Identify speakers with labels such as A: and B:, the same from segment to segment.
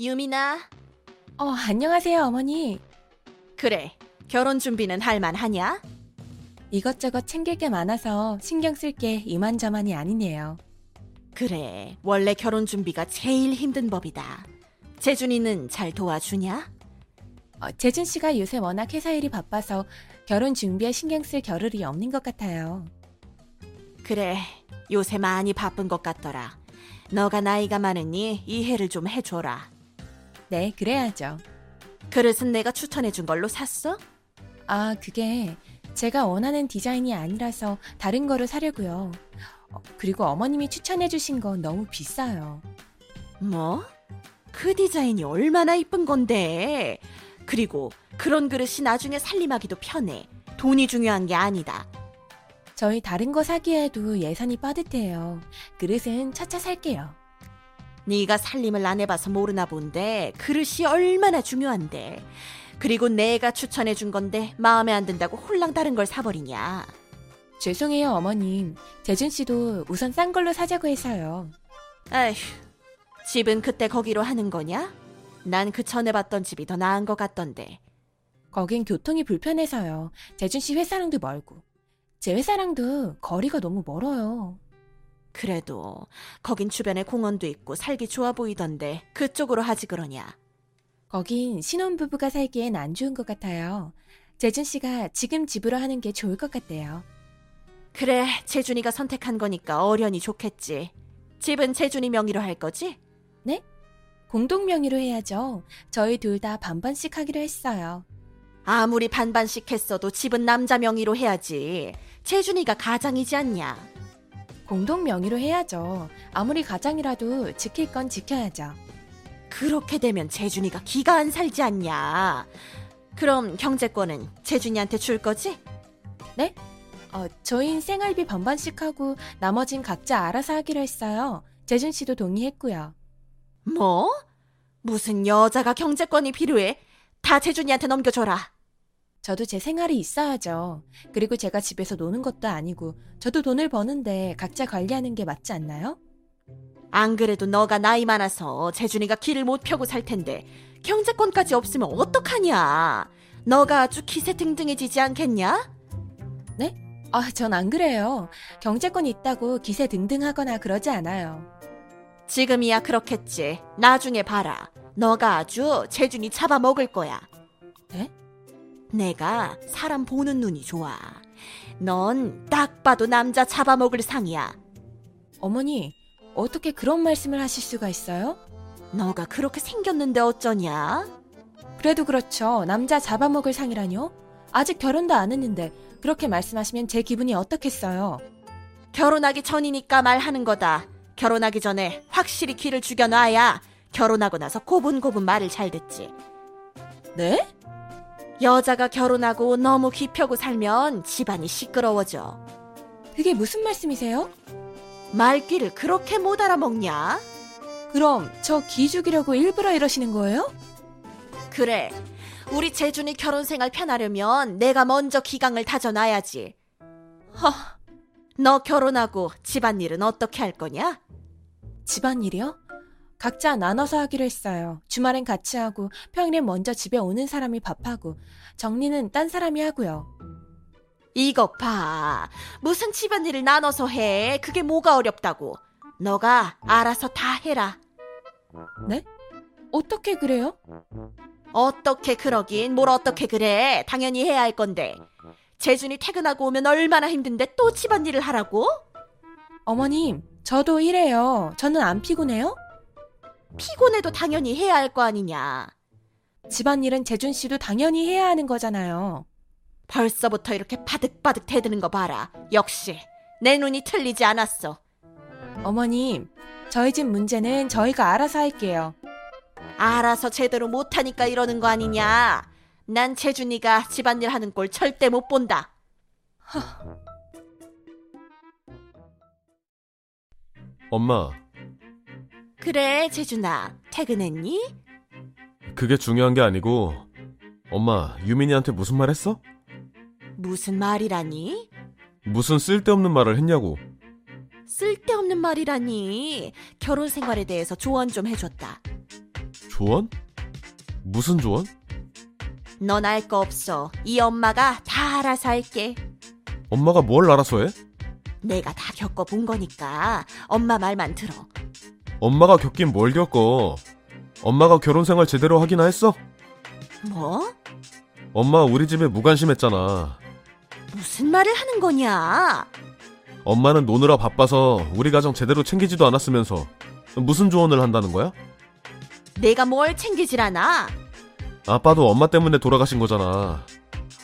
A: 유미나,
B: 어, 안녕하세요, 어머니.
A: 그래. 결혼 준비는 할만하냐?
B: 이것저것 챙길 게 많아서 신경 쓸 게 이만저만이 아니네요.
A: 그래. 원래 결혼 준비가 제일 힘든 법이다. 재준이는 잘 도와주냐?
B: 어, 재준 씨가 요새 워낙 회사 일이 바빠서 결혼 준비에 신경 쓸 겨를이 없는 것 같아요.
A: 그래. 요새 많이 바쁜 것 같더라. 너가 나이가 많으니 이해를 좀 해줘라.
B: 네, 그래야죠.
A: 그릇은 내가 추천해준 걸로 샀어?
B: 아, 그게 제가 원하는 디자인이 아니라서 다른 거를 사려고요. 어, 그리고 어머님이 추천해 주신 건 너무 비싸요.
A: 뭐? 그 디자인이 얼마나 이쁜 건데. 그리고 그런 그릇이 나중에 살림하기도 편해. 돈이 중요한 게 아니다.
B: 저희 다른 거 사기에도 예산이 빠듯해요. 그릇은 차차 살게요.
A: 네가 살림을 안 해봐서 모르나 본데 그릇이 얼마나 중요한데 그리고 내가 추천해준 건데 마음에 안 든다고 홀랑 다른 걸 사버리냐
B: 죄송해요, 어머님. 재준 씨도 우선 싼 걸로 사자고 해서요.
A: 아휴 집은 그때 거기로 하는 거냐? 난 그 전에 봤던 집이 더 나은 것 같던데
B: 거긴 교통이 불편해서요. 재준 씨 회사랑도 멀고. 제 회사랑도 거리가 너무 멀어요.
A: 그래도 거긴 주변에 공원도 있고 살기 좋아 보이던데 그쪽으로 하지 그러냐
B: 거긴 신혼부부가 살기엔 안 좋은 것 같아요. 재준 씨가 지금 집으로 하는 게 좋을 것 같대요.
A: 그래 재준이가 선택한 거니까 어련히 좋겠지 집은 재준이 명의로 할 거지?
B: 공동 명의로 해야죠. 저희 둘 다 반반씩 하기로 했어요.
A: 아무리 반반씩 했어도 집은 남자 명의로 해야지. 재준이가 가장이지 않냐?
B: 공동 명의로 해야죠. 아무리 가장이라도 지킬 건 지켜야죠.
A: 그렇게 되면 재준이가 기가 안 살지 않냐? 그럼 경제권은 재준이한테 줄 거지?
B: 어, 저희는 생활비 반반씩 하고 나머진 각자 알아서 하기로 했어요. 재준 씨도 동의했고요.
A: 뭐? 무슨 여자가 경제권이 필요해? 다 재준이한테 넘겨줘라.
B: 저도 제 생활이 있어야죠. 그리고 제가 집에서 노는 것도 아니고 저도 돈을 버는데 각자 관리하는 게 맞지 않나요?
A: 안 그래도 너가 나이 많아서 재준이가 길을 못 펴고 살 텐데 경제권까지 없으면 어떡하냐? 너가 아주 기세등등해지지 않겠냐?
B: 아, 전 안 그래요. 경제권 있다고 기세 등등하거나 그러지 않아요.
A: 지금이야 그렇겠지. 나중에 봐라. 너가 아주 재준이 잡아먹을 거야.
B: 네?
A: 내가 사람 보는 눈이 좋아. 넌 딱 봐도 남자 잡아먹을 상이야.
B: 어머니, 어떻게 그런 말씀을 하실 수가 있어요?
A: 너가 그렇게 생겼는데 어쩌냐?
B: 그래도 그렇죠. 남자 잡아먹을 상이라뇨? 아직 결혼도 안 했는데 그렇게 말씀하시면 제 기분이 어떻겠어요?
A: 결혼하기 전이니까 말하는 거다. 결혼하기 전에 확실히 기를 죽여놔야 결혼하고 나서 고분고분 말을 잘 듣지.
B: 네?
A: 여자가 결혼하고 너무 기펴고 살면 집안이 시끄러워져.
B: 그게 무슨 말씀이세요?
A: 말귀를 그렇게 못 알아먹냐?
B: 그럼 저 기 죽이려고 일부러 이러시는 거예요?
A: 그래. 우리 재준이 결혼 생활 편하려면 내가 먼저 기강을 다져놔야지. 허. 너 결혼하고 집안일은 어떻게 할 거냐?
B: 집안일이요? 각자 나눠서 하기로 했어요. 주말엔 같이 하고 평일엔 먼저 집에 오는 사람이 밥하고 정리는 딴 사람이 하고요.
A: 이것 봐. 무슨 집안일을 나눠서 해. 그게 뭐가 어렵다고. 너가 알아서 다 해라.
B: 어떻게 그래요?
A: 어떻게 그러긴 뭘 어떻게 그래. 당연히 해야 할 건데. 재준이 퇴근하고 오면 얼마나 힘든데 또 집안일을 하라고?
B: 어머님, 저도 이래요. 저는 안 피곤해요?
A: 피곤해도 당연히 해야 할 거 아니냐.
B: 집안일은 재준 씨도 당연히 해야 하는 거잖아요.
A: 벌써부터 이렇게 바득바득 대드는 거 봐라. 역시 내 눈이 틀리지 않았어.
B: 어머님, 저희 집 문제는 저희가 알아서 할게요.
A: 알아서 제대로 못하니까 이러는 거 아니냐. 난 재준이가 집안일 하는 꼴 절대 못 본다.
C: 엄마,
A: 그래, 재준아. 퇴근했니?
C: 그게 중요한 게 아니고, 엄마, 유민이한테 무슨 말 했어?
A: 무슨 말이라니?
C: 무슨 쓸데없는 말을 했냐고.
A: 쓸데없는 말이라니. 결혼 생활에 대해서 조언 좀 해줬다.
C: 조언? 무슨 조언?
A: 넌 알 거 없어. 이 엄마가 다 알아서 할게.
C: 엄마가 뭘 알아서 해?
A: 내가 다 겪어본 거니까 엄마 말만 들어.
C: 엄마가 겪긴 뭘 겪어. 엄마가 결혼 생활 제대로 하기나 했어?
A: 뭐?
C: 엄마 우리 집에 무관심했잖아.
A: 무슨 말을 하는 거냐?
C: 엄마는 노느라 바빠서 우리 가정 제대로 챙기지도 않았으면서 무슨 조언을 한다는 거야?
A: 내가 뭘 챙기질 않아?
C: 아빠도 엄마 때문에 돌아가신 거잖아.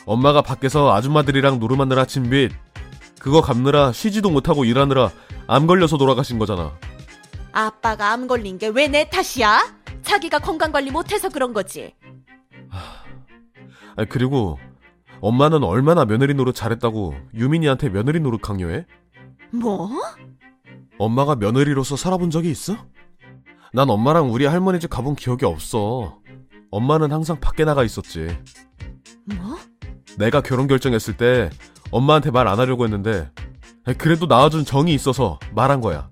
C: 엄마가 밖에서 아줌마들이랑 노름하느라 진빛 그거 갚느라 쉬지도 못하고 일하느라 암 걸려서 돌아가신 거잖아.
A: 아빠가 암 걸린 게 왜 내 탓이야? 자기가 건강 관리 못해서 그런 거지.
C: 아, 그리고 엄마는 얼마나 며느리 노릇 잘했다고 유민이한테 며느리 노릇 강요해?
A: 뭐?
C: 엄마가 며느리로서 살아본 적이 있어? 난 엄마랑 우리 할머니 집 가본 기억이 없어. 엄마는 항상 밖에 나가 있었지.
A: 뭐?
C: 내가 결혼 결정했을 때 엄마한테 말 안 하려고 했는데 그래도 낳아준 정이 있어서 말한 거야.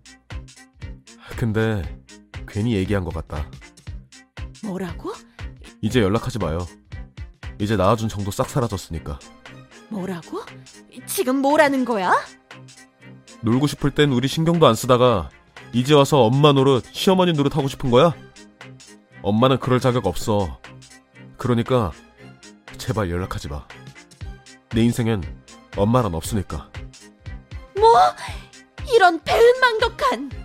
C: 근데 괜히 얘기한 것 같다.
A: 뭐라고?
C: 이제 연락하지 마요. 이제 낳아준 정도 싹 사라졌으니까.
A: 뭐라고? 지금 뭐라는 거야?
C: 놀고 싶을 땐 우리 신경도 안 쓰다가 이제 와서 엄마 노릇, 시어머니 노릇 하고 싶은 거야? 엄마는 그럴 자격 없어. 그러니까 제발 연락하지 마. 내 인생엔 엄마란 없으니까.
A: 이런 뭐? 배은망덕한